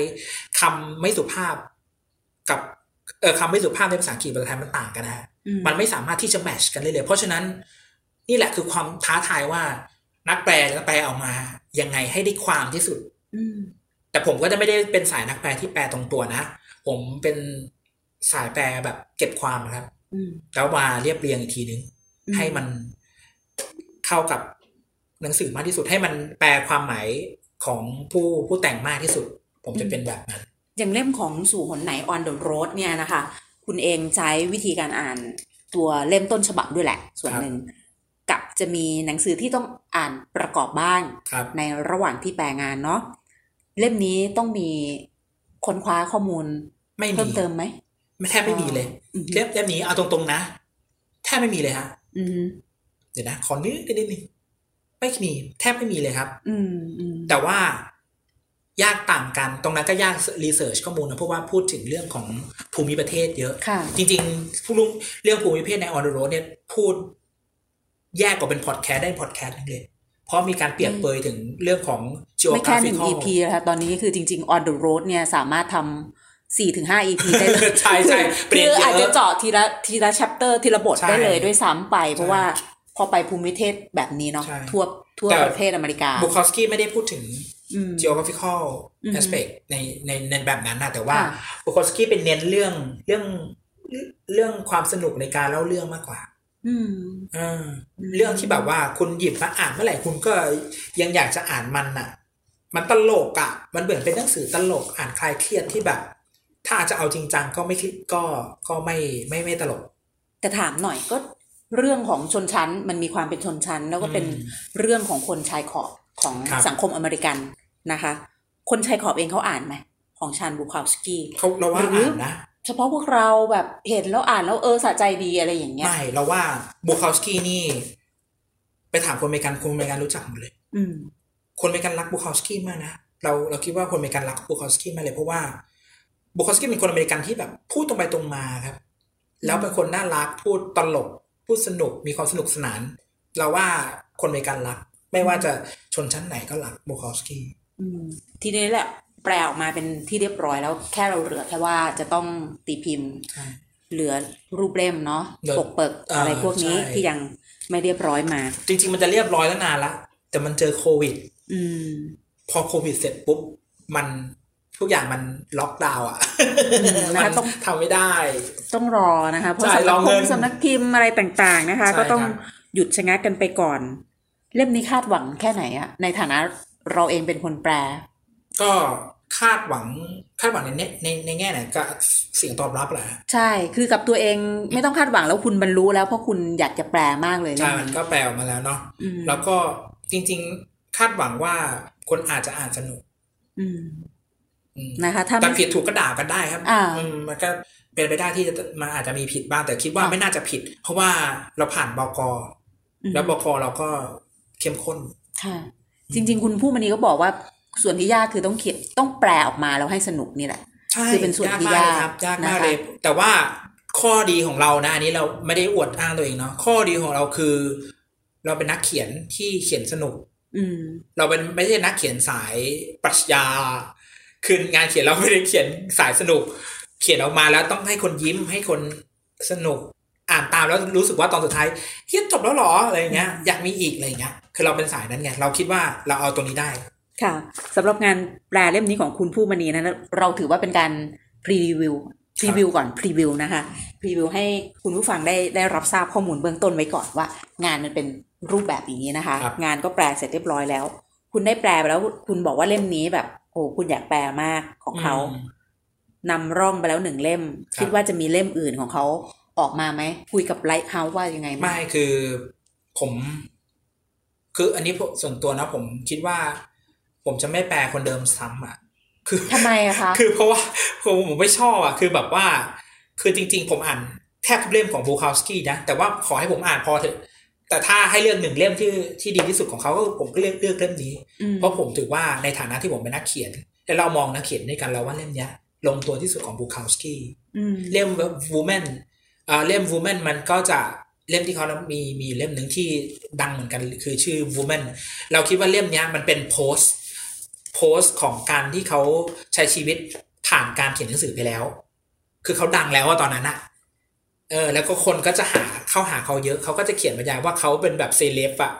Speaker 2: คำไม่สุภาพกับเออคำไม่สุภาพในภาษาอังกฤษกับภาษาไทยมันต่างกันนะฮะ
Speaker 1: อื
Speaker 2: มันไม่สามารถที่จะแมทชกันได้เลย เพราะฉะนั้นนี่แหละคือความท้าทายว่านักแปลจะแปลออกมา ยังไงให้ได้ความที่สุด
Speaker 1: อืม
Speaker 2: แต่ผมก็จะไม่ได้เป็นสายนักแปลที่แปลตรงตัวนะ ผมเป็นสายแปลแบบเก็บความนะครับ
Speaker 1: อืม
Speaker 2: แล้วมาเรียบเรียงอีกทีนึง
Speaker 1: อืม
Speaker 2: ให้มันเข้ากับหนังสือมากที่สุด ให้มันแปลความหมายของผู้ผู้แต่งมากที่สุด ผมจะเป็นแบบนั้น
Speaker 1: อย่างเล่มของสู่หนไหน on the road เนี่ยนะคะ คุณเองใช้วิธีการอ่านตัวเล่มต้นฉบับด้วยแหละ ส่วนหนึ่ง กับจะมีหนังสือที่ต้องอ่านประกอบบ้าง
Speaker 2: ครับ
Speaker 1: ในระหว่างที่แปลงานเนาะเล่มนี้ต้องมีค้นคว้าข้อมูล
Speaker 2: ไม่มี
Speaker 1: เพิ่มเติมไหม
Speaker 2: ไม่แทบไม่มีเลย
Speaker 1: อืม
Speaker 2: เล่มเล่มนี้เอาตรงๆนะแทบไม่มีเลยฮะ
Speaker 1: อืม
Speaker 2: เดี๋ยวนะขอนิดนิดนิดนึงไม่มีแทบไม่มีเลยครับ
Speaker 1: อืมอืม
Speaker 2: แต่ว่ายากต่างกัน ตรงนั้นก็ยากรีเสิร์ชข้อมูลนะเพราะว่าพูดถึงเรื่องของภูมิประเทศเยอะ
Speaker 1: ค่ะ
Speaker 2: จริงๆผู้รู้เรื่องภูมิประเทศในออนโรเนี่ยพูดแยกกว่าเป็นพอดแคสต์ได้พอดแคสต์นึงเลย เพราะมีการเปรียบเปยถึงเรื่องของ
Speaker 1: ไม่แค่หนึ่ง
Speaker 2: geographical
Speaker 1: EP นะคะตอนนี้คือจริง ๆ on the road เนี่ยสามารถทำสี่ถึงห้า EP ได้เลย
Speaker 2: ใช่ใช่เป
Speaker 1: คื
Speaker 2: ลี่ยน
Speaker 1: อ
Speaker 2: เย
Speaker 1: อาจจะ
Speaker 2: อะ
Speaker 1: เจาะทีละทีละ chapter ทีละบท
Speaker 2: ใช่
Speaker 1: ได้เลยด้วยซ้ำไป เพ
Speaker 2: ใช่
Speaker 1: ราะว่าพอไปภูมิประเทศแบบนี้เนาะ
Speaker 2: ใช่
Speaker 1: ทั่วทั่ว
Speaker 2: แต่
Speaker 1: ประเทศอเมริกา
Speaker 2: บุคอสกี้ไม่ได้พูดถึง
Speaker 1: อืม
Speaker 2: geographical
Speaker 1: อืม
Speaker 2: aspect ในในในแบบนั้นนะแต่ว่า
Speaker 1: ค่ะ
Speaker 2: โบโคอสกี้เป็นเน้นเรื่องเรื่องเรื่องความสนุกในการเล่าเรื่องมากกว่า
Speaker 1: อืม
Speaker 2: เออเรื่องที่แบบว่าคุณหยิบมาอ่านเมื่อไหร่คุณก็ยังอยากจะอ่านมันน่ะ มันตลกอ่ะ มันเหมือนเป็นหนังสือตลกอ่านคลายเครียดที่แบบ ถ้าจะเอาจริงจังก็ไม่คิดก็ก็ไม่ไม่ไม่ตลก
Speaker 1: แต่ถามหน่อยก็เรื่องของชนชั้นมันมีความเป็นชนชั้น แล้วก็เป็น
Speaker 2: อืม
Speaker 1: เรื่องของคนชายขอบของ
Speaker 2: ครับ
Speaker 1: สังคมอเมริกันนะคะ คนชายขอบเองเขาอ่านไหมของชานบูคาวสกี้
Speaker 2: เขาเราว่า
Speaker 1: หรือ
Speaker 2: อ่า
Speaker 1: อ
Speaker 2: นนะ
Speaker 1: เฉพาะพวกเราแบบเห็นแล้วอ่านแล้วเออสะใจดีอะไรอย่างเงี้ย
Speaker 2: ไม่เราว่าบุคอสกี้นี่ ไปถามคนอเมริกันคนอเมริกันรู้จักหมดเลย
Speaker 1: อืม
Speaker 2: คนอเมริกันรักบูคาวสกี้มากนะ เราเราคิดว่าคนอเมริกันรักบูคาวสกี้มากเลยเพราะว่าบูคาวสกี้เป็นคนอเมริกันที่แบบพูดตรงไปตรงมาครับ แล้วเป็นคนน่ารักพูดตลก พูดสนุกมีความสนุกสนาน เราว่าคนอเมริกันรัก ไม่ว่าจะชนชั้นไหนก็รักบูคาวสกี้
Speaker 1: อืมทีนี้แหละแปลออกมาเป็นที่เรียบร้อยแล้วแค่เราเหลือแค่ว่าจะต้องตีพิมพ์
Speaker 2: ใช่
Speaker 1: เหลือรูปเล่มเนาะ
Speaker 2: เหลือ
Speaker 1: ปกเปิก
Speaker 2: อ่า
Speaker 1: อะไรพวกนี้
Speaker 2: ใช่
Speaker 1: ที่ยังไม่เรียบร้อยมา
Speaker 2: จริง ๆ มันจะเรียบร้อยแล้วนานละแต่มันเจอโควิด
Speaker 1: อืม
Speaker 2: พอโควิดเสร็จปุ๊บมันทุกอย่างมันล็อกดาวน์อ่ะ
Speaker 1: มนะ
Speaker 2: มั
Speaker 1: คะ
Speaker 2: น
Speaker 1: ต้อง
Speaker 2: ทำไม่ได้
Speaker 1: ต้องรอนะคะเพราะ
Speaker 2: ใช่
Speaker 1: สำ
Speaker 2: ร
Speaker 1: นั
Speaker 2: อก เงิ
Speaker 1: พ
Speaker 2: น
Speaker 1: งสำนักพิมพ์อะไรต่างๆนะคะ
Speaker 2: ใช่
Speaker 1: ก็ต้อง
Speaker 2: ครับ
Speaker 1: หยุดชะงักกันไปก่อน เล่มนี้คาดหวังแค่ไหนอะในฐานะเราเองเป็นคนแปล
Speaker 2: ก็คาดหวังคาดหวังในแง่ในในแง่ไหนกับเสียงตอบรับแหละ
Speaker 1: ใช่ คือกับตัวเองไม่ต้องคาดหวังแล้วคุณบรรลุแล้วเพราะคุณอยากจะแปลมากเลย
Speaker 2: ใช่
Speaker 1: เล่ม
Speaker 2: มัน
Speaker 1: นี้
Speaker 2: ก็แปลออกมาแล้วเนาะ
Speaker 1: อืม
Speaker 2: แล้วก็จริงๆคาดหวังว่าคนอาจจะอ่านสนุก
Speaker 1: อืม
Speaker 2: อืม
Speaker 1: นะคะ ถ้า
Speaker 2: แต่
Speaker 1: ไม่
Speaker 2: ผิดถูกก็ด่ากันได้ครับ
Speaker 1: อ่า
Speaker 2: อืมมันก็เป็นไปได้ที่จะมันอาจจะมีผิดบ้างแต่คิดว่า
Speaker 1: ค่ะ
Speaker 2: ไม่น่าจะผิด เพราะว่าเราผ่านบกแล้วบกเราก็เข้มข้น
Speaker 1: ค่ะ จริง ๆ คุณผู้มณีก็บอกว่าส่วนที่ยากคือต้องเขียนต้องแปลออกมาแล้วให้สนุกนี่แหละ
Speaker 2: ใช่
Speaker 1: คือเป็นส่วนที่
Speaker 2: ยาก
Speaker 1: ยาก
Speaker 2: มากเลยครับยากมาก
Speaker 1: นะคะ
Speaker 2: เลย แต่ว่าข้อดีของเรานะอันนี้เราไม่ได้อวดอ้างตัวเองเนาะข้อดีของเราคือ เราเป็นนักเขียนที่เขียนสนุก
Speaker 1: อืม
Speaker 2: เราเป็นไม่ใช่นักเขียนสายปรัชญา คืองานเขียนเราไม่ได้เขียนสายสนุก เขียนออกมาแล้วต้องให้คนยิ้มให้คนสนุก อ่านตามแล้วรู้สึกว่าตอนสุดท้ายเฮียจบแล้วเหรออะไรอย่างเงี้ยอยากมีอีกอะไรอย่างเงี้ยคือเราเป็นสายนั้นไงเราคิดว่าเราเอาตรงนี้ได้
Speaker 1: ค่ะสำหรับงานแปลเล่มนี้ของคุณผู้มณีนะเราถือว่าเป็นการพรีวิวพรีวิวก่อนพรีวิวนะคะพรีวิวให้คุณผู้ฟังได้ได้รับทราบข้อมูลเบื้องต้นไว้ก่อนว่า งานมันเป็นรูปแบบอย่างนี้นะคะ
Speaker 2: ครับ
Speaker 1: งานก็แปลเสร็จเรียบร้อยแล้ว คุณได้แปลไปแล้วคุณบอกว่าเล่มนี้แบบโอ้คุณอยากแปลมากของเขา
Speaker 2: อืม
Speaker 1: นำร่องไปแล้วหนึ่งเล่ม
Speaker 2: ครับ
Speaker 1: คิดว่าจะมีเล่มอื่นของเขาออกมาไหมคุยกับไลท์เฮาส์ว่ายังไงบ้าง
Speaker 2: ไม่คือผม คืออันนี้ผมส่วนตัวนะผมคิดว่า ผมจะไม่แปลคนเดิมซ้ำอ่ะ คือ
Speaker 1: ทำไมอะคะ
Speaker 2: คือเพราะว่าผมผมไม่ชอบอ่ะ คือแบบว่า คือจริง ๆ ผมอ่านแทบทุกเล่มของบูคาสกี้นะ แต่ว่าขอให้ผมอ่านพอเถอะ แต่ถ้าให้เลือกหนึ่งเล่มที่ที่ดีที่สุดของเขาก็ผมก็เลือกเลือกเล่มนี้
Speaker 1: ม
Speaker 2: เพราะผมถือว่าในฐานะที่ผมเป็นนักเขียน และเรามองนักเขียนด้วยกันเราว่าเล่มเนี้ย ลงตัวที่สุดของบูคาสกี้
Speaker 1: อืม
Speaker 2: เล่ม Woman อ่าเล่ม Woman มันก็จะเล่มที่เขามีมีอยู่เล่มหนึ่งที่ดังเหมือนกันคือชื่อ Woman เราคิดว่าเล่มเนี้ยมันเป็นโพสโพสของการที่เขาใช้ชีวิตผ่านการเขียนหนังสือไปแล้ว คือเขาดังแล้วอะตอนนั้นอะเออ แล้วก็คนก็จะหาเข้าหาเขาเยอะเขาก็จะเขียนบรรยายว่าเขาเป็นแบบเซเลบอะ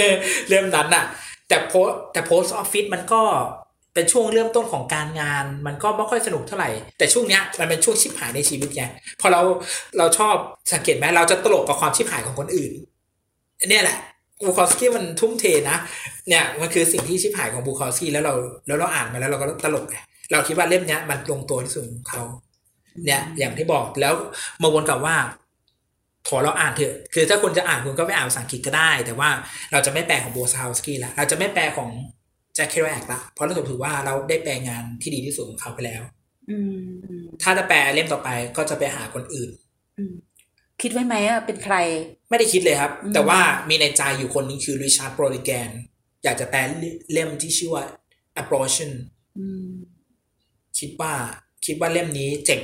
Speaker 2: เรื่องนั้นอะแต่โพสแต่โพสออฟฟิศมันก็เป็นช่วงเริ่มต้นของการงาน มันก็ไม่ค่อยสนุกเท่าไหร่ แต่ช่วงเนี้ยมันเป็นช่วงชิบหายในชีวิตไงพอเราเราชอบสังเกตไหมเราจะตลกกับความชิบหายของคนอื่น เนี่ยแหละบูคอฟสกี้มันทุ่มเทนะ เนี่ยมันคือสิ่งที่ชิบหายของบูคอฟสกี้แล้วเราแล้วเราอ่านมาแล้วเราก็ตลกไงเราคิดว่าเล่มเนี้ยมันลงตัวที่สุดของเขา เนี่ยอย่างที่บอกแล้วมาวนกลับว่าขอเราอ่านเถอะ คือถ้าคุณจะอ่านคุณก็ไปอ่านภาษาอังกฤษก็ได้ แต่ว่าเราจะไม่แปลของโบซาวสกี้ละเราจะไม่แปลของแจ็คเคแรกละเพราะเราถือว่าเราได้แปลงานที่ดีที่สุดของเขาไปแล้ว
Speaker 1: อืมอืม
Speaker 2: ถ้าจะแปลเล่มต่อไปก็จะไปหาคนอื่น
Speaker 1: คิดไว้ไหมอะเป็นใคร
Speaker 2: ไม่ได้คิดเลยครับ
Speaker 1: อืม
Speaker 2: แต่ว่ามีในใจอยู่คนหนึงคือริชาร์ดโปรลิแกนอยากจะแปลเล่มที่ชื่อว่า abortion คิดว่าคิดว่าเล่มนี้เจ๋ง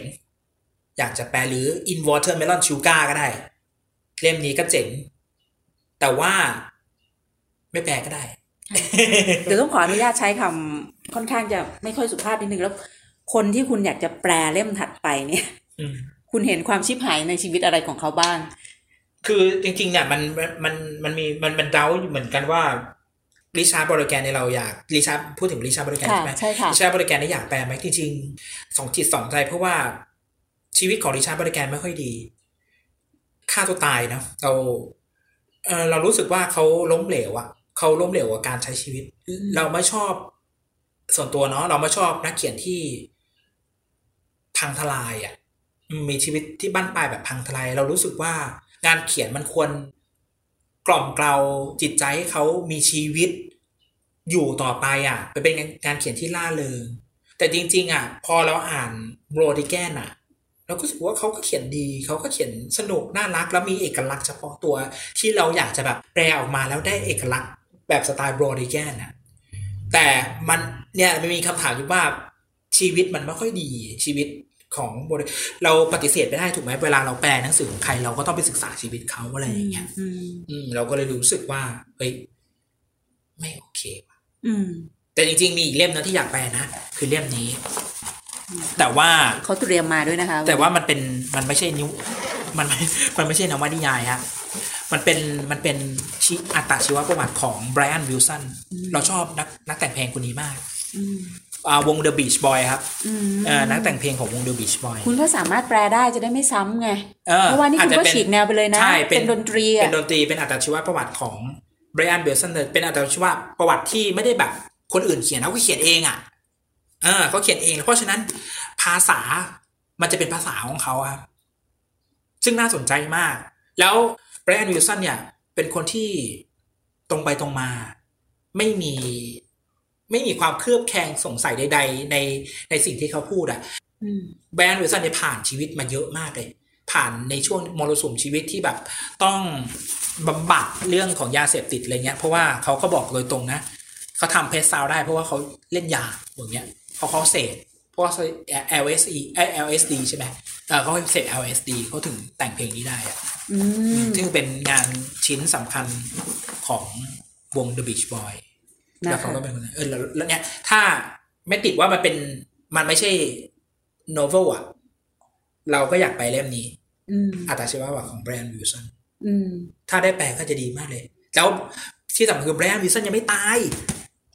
Speaker 2: อยากจะแปลหรือ In Watermelon Sugar ก็ได้ เล่มนี้ก็เจ๋ง แต่ว่าไม่แปลก็ได้
Speaker 1: เดี๋ยวต้องขออนุญาตใช้คำค่อนข้างจะไม่ค่อยสุภาพนิดนึงแล้ว คนที่คุณอยากจะแปลเล่มถัดไปเนี่ย
Speaker 2: อืม
Speaker 1: คุณเห็นความชิบหายในชีวิตอะไรของเขาบ้าง
Speaker 2: คือจริงๆเนี่ยมันมันมันมีมันมันเดาอยู่เหมือนกันว่าริชาร์ดบริแกนในยเราอยากริชาร์ดพูดถึงริชาร์ดบริแกน
Speaker 1: ค่ะ
Speaker 2: ใช่ไหม
Speaker 1: ใช่ค่ะ
Speaker 2: ริชาร์ดบริแกนนี่อยากแปลไหมจริงๆสองจิตสองใจเพราะว่าชีวิตของริชาร์ดบริแกนไม่ค่อยดีฆ่าตัวตายนะเราเออเรารู้สึกว่าเขาล้มเหลวอะเขาล้มเหลวกับการใช้ชีวิต
Speaker 1: อืม
Speaker 2: เราไม่ชอบส่วนตัวเนาะเราไม่ชอบนักเขียนที่พังทลายอะมีชีวิตที่บั้นปลายแบบพังทลาย เรารู้สึกว่างานเขียนมันควรกล่อมเกลาจิตใจให้เขามีชีวิต อยู่ต่อไปอ่ะไปเป็นการเขียนที่ล่าเริงแต่จริง ๆ อ่ะ พอเราอ่านโรดิแกนอ่ะ เราก็รู้สึกว่าเขาก็เขียนดี เขาก็เขียนสนุกน่ารัก แล้วมีเอกลักษณ์เฉพาะตัว ที่เราอยากจะแบบแปลออกมาแล้วได้เอกลักษณ์แบบสไตล์โรดิแกนอ่ะแต่มันเนี่ยมันมีคำถามอยู่ว่าชีวิตมันไม่ค่อยดีชีวิตของโรดิเราปฏิเสธไม่ได้ถูกไหมเวลาเราแปลหนังสือของใครเราก็ต้องไปศึกษาชีวิตเขาอะไรอย่างเงี้ย
Speaker 1: อืม
Speaker 2: อืมเราก็เลยรู้สึกว่าเฮ้ยไม่โอเค
Speaker 1: อืม
Speaker 2: แต่จริงๆ มีอีกเล่มนะที่อยากแปลนะ คือเล่มนี้ แต่ว่า
Speaker 1: เขาเตรียมมาด้วยนะคะ
Speaker 2: แต่ว่ามันเป็นมันไม่ใช่นิวมันไม่มันไม่ใช่นวนิยายฮะมันเป็นมันเป็นชีอัตชีวประวัติของไบรอันวิลสันเราชอบนักนักแต่งเพลงคนนี้มาก
Speaker 1: อืม
Speaker 2: อ่าวง The Beach Boy ครับ
Speaker 1: อืม
Speaker 2: เอ่อนักแต่งเพลงของวง The Beach Boy
Speaker 1: คุณก็สามารถแปลได้จะได้ไม่ซ้ำไง
Speaker 2: ออ
Speaker 1: เพราะว่านี่
Speaker 2: อ
Speaker 1: คุ
Speaker 2: จ
Speaker 1: ณ
Speaker 2: จะ
Speaker 1: ก็
Speaker 2: เป็
Speaker 1: ฉีกแนวไปเลยนะ
Speaker 2: ใช่
Speaker 1: เป็นดนตรี
Speaker 2: เป็
Speaker 1: อะ
Speaker 2: นดนตรีเป็นอัตชีวประวัติของไบรอันเบลสันเป็นอัตชีวประวัติที่ไม่ได้แบบคนอื่นเขียนเขาก็เขียนเองอ่ะเออเขาเขียนเอง เพราะฉะนั้นภาษามันจะเป็นภาษาของเขาครับซึ่งน่าสนใจมาก แล้วไบรอันวิลสันเนี่ย เป็นคนที่ตรงไปตรงมา ไม่มีไม่มีความเครือบแคลงสงสัยใด ๆ ในในสิ่งที่เขาพูดอ่ะ
Speaker 1: อืม
Speaker 2: แบรนด์วิลสันเนี่ยผ่านชีวิตมาเยอะมากเลย ผ่านในช่วงมรสุมชีวิตที่แบบต้องบำบัดเรื่องของยาเสพติดอะไรเงี้ย เพราะว่าเขาก็บอกโดยตรงนะ เขาทำเพจซาวได้เพราะว่าเขาเล่นยาอย่างเงี้ยเขาเขาเสพเพราะว่า LSE เอ้ย LSD ใช่ไหมเออเขาเสพ LSD เขาถึงแต่งเพลงนี้ได้อะ
Speaker 1: อืม
Speaker 2: ซึ่งเป็นงานชิ้นสำคัญของวง The Beach Boy แล้
Speaker 1: นะ
Speaker 2: วเขา
Speaker 1: คะ
Speaker 2: ก็เป็นคนนั้นเออแล้วแล้วเนี่ย ถ้าไม่ติดว่ามันเป็นมันไม่ใช่โนเวลอะเราก็อยากไปเล่มนี้
Speaker 1: อืม
Speaker 2: อัตราชีวประวัติของแบรนด์วิลสัน
Speaker 1: อืม
Speaker 2: ถ้าได้แปลก็จะดีมากเลย แล้วที่สำคัญคือแบรนด์วิลสันยังไม่ตาย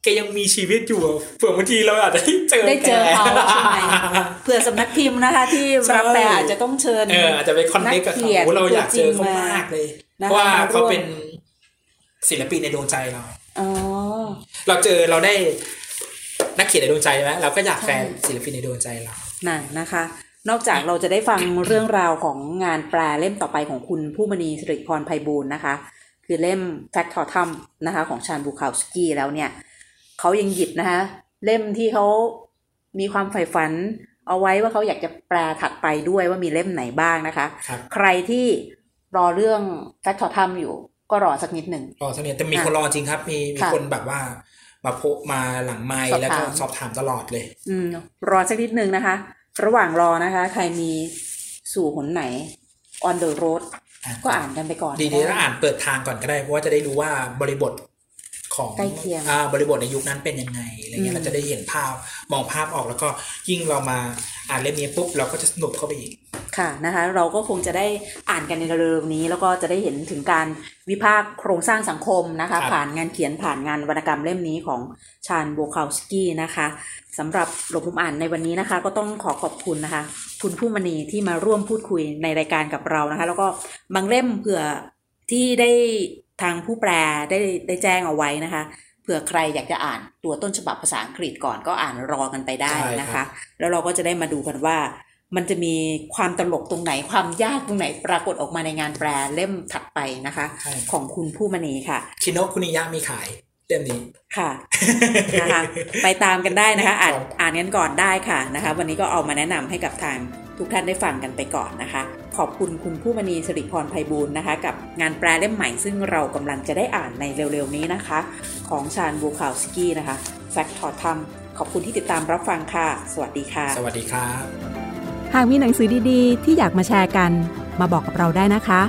Speaker 2: แกยังมีชีวิตอยู่อะเผื่อบางทีเราอาจจะได้เจอ
Speaker 1: ได้เจอเขา
Speaker 2: แก
Speaker 1: ใช่ไหมเผื่อสำนักพิมพ์นะคะ ที่รับแปลอาจจะต้องเชิญ
Speaker 2: เอออาจจะไปคอนเนคกับ
Speaker 1: นัก
Speaker 2: เขา
Speaker 1: เขียน
Speaker 2: โอ้เราอยากเจอเขา
Speaker 1: ตัวจริงมาม
Speaker 2: ากเลย
Speaker 1: นะคะ
Speaker 2: เพราะว่าเขา
Speaker 1: ร่วม
Speaker 2: เป็นศิลปินในดวงใจเรา
Speaker 1: อ๋อ
Speaker 2: เราเจอเราได้นักเขียนในดวงใจใช่ไหมเราก็อยาก
Speaker 1: ใช่
Speaker 2: แฟนศิลปินในดวงใจเรา
Speaker 1: นั่นนะคะ นอกจากเราจะได้ฟังเรื่องราวของงานแปลเล่มต่อไปของคุณผู้มณีสิริพรไพบูลย์นะคะ คือเล่มแฟกทอทัมนะคะของชาญบูคาวสกี้แล้วเนี่ยเขายังหยิบนะคะ เล่มที่เขามีความใฝ่ฝันเอาไว้ว่าเขาอยากจะแปลถัดไปด้วยว่ามีเล่มไหนบ้างนะคะ
Speaker 2: ครับ
Speaker 1: ใครที่รอเรื่องแฟกทอทัมอยู่ก็รอสักนิดหนึ่ง
Speaker 2: รอเสน่ห์แต่มีคนรอจริงครับ มีมี
Speaker 1: ค่ะ
Speaker 2: คนแบบว่า มาโพมาหลังไมค์
Speaker 1: สอบถาม
Speaker 2: แล้วก็สอบถามตลอดเลย
Speaker 1: อืมรอสักนิดนึงนะคะ ระหว่างรอนะคะ ใครมีสู่หนไหน on the road
Speaker 2: อ่ะ
Speaker 1: ก็อ่านกันไปก่อน
Speaker 2: ดี
Speaker 1: นะ
Speaker 2: ๆแล้วอ่านเปิดทางก่อนก็ได้ เพราะว่าจะได้รู้ว่าบริบทของ
Speaker 1: ใกล้เคียง
Speaker 2: อ่าบริบทในยุคนั้นเป็นยังไงอะไรเงี้
Speaker 1: อืม
Speaker 2: ยเราจะได้เห็นภาพมองภาพออกแล้วก็ยิ่งเรามาอ่านเล่มนี้ปุ๊บเราก็จะสนุกเข้าไปอีก
Speaker 1: ค่ะนะคะ เราก็คงจะได้อ่านกันในเร็วๆนี้ แล้วก็จะได้เห็นถึงการวิพากษ์โครงสร้างสังคมนะ
Speaker 2: ครั
Speaker 1: คะ
Speaker 2: บ
Speaker 1: ผ่านงานเขียนผ่านงานวรรณกรรมเล่มนี้ของชาญโบคาวสกี้นะคะสำหรับหลบมุมอ่านในวันนี้นะคะ ก็ต้องขอขอบคุณนะคะ คุณผู้มณีที่มาร่วมพูดคุยในรายการกับเรานะคะ แล้วก็บางเล่มเผื่อที่ได้ทางผู้แปลได้ได้แจ้งเอาไว้นะคะ เผื่อใครอยากจะอ่านตัวต้นฉบับภาษาอังกฤษก่อนก็อ่านรอกันไปได้
Speaker 2: ใช่ครับ
Speaker 1: นะคะ แล้วเราก็จะได้มาดูกันว่า มันจะมีความตลกตรงไหนความยากตรงไหนปรากฏออกมาในงานแปลเล่มถัดไปนะคะ
Speaker 2: ใช่
Speaker 1: ของคุณผู้มณีค่ะ
Speaker 2: คิโนคุนิยะมีขายเล่มนี้
Speaker 1: ค่ะ นะคะ ไปตามกันได้นะคะอ่าน
Speaker 2: ครับ
Speaker 1: อ่านกันก่อนได้ค่ะนะคะ วันนี้ก็เอามาแนะนำให้กับทางทุกท่านได้ฟังกันไปก่อนนะคะ ขอบคุณคุณผู้มณีสิริพรไพบูลย์นะคะ กับงานแปลเล่มใหม่ซึ่งเรากำลังจะได้อ่านในเร็วๆนี้นะคะ ของชาญบูคาวสกี้นะคะแฟกทอทัมขอบคุณที่ติดตามรับฟังค่ะ สวัสดีค่ะ
Speaker 2: สวัสดีครับ
Speaker 3: หากมีหนังสือดีๆ ที่อยากมาแชร์กัน มาบอกกับเราได้นะคะ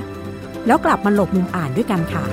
Speaker 3: แล้วกลับมาหลบมุมอ่านด้วยกันค่ะ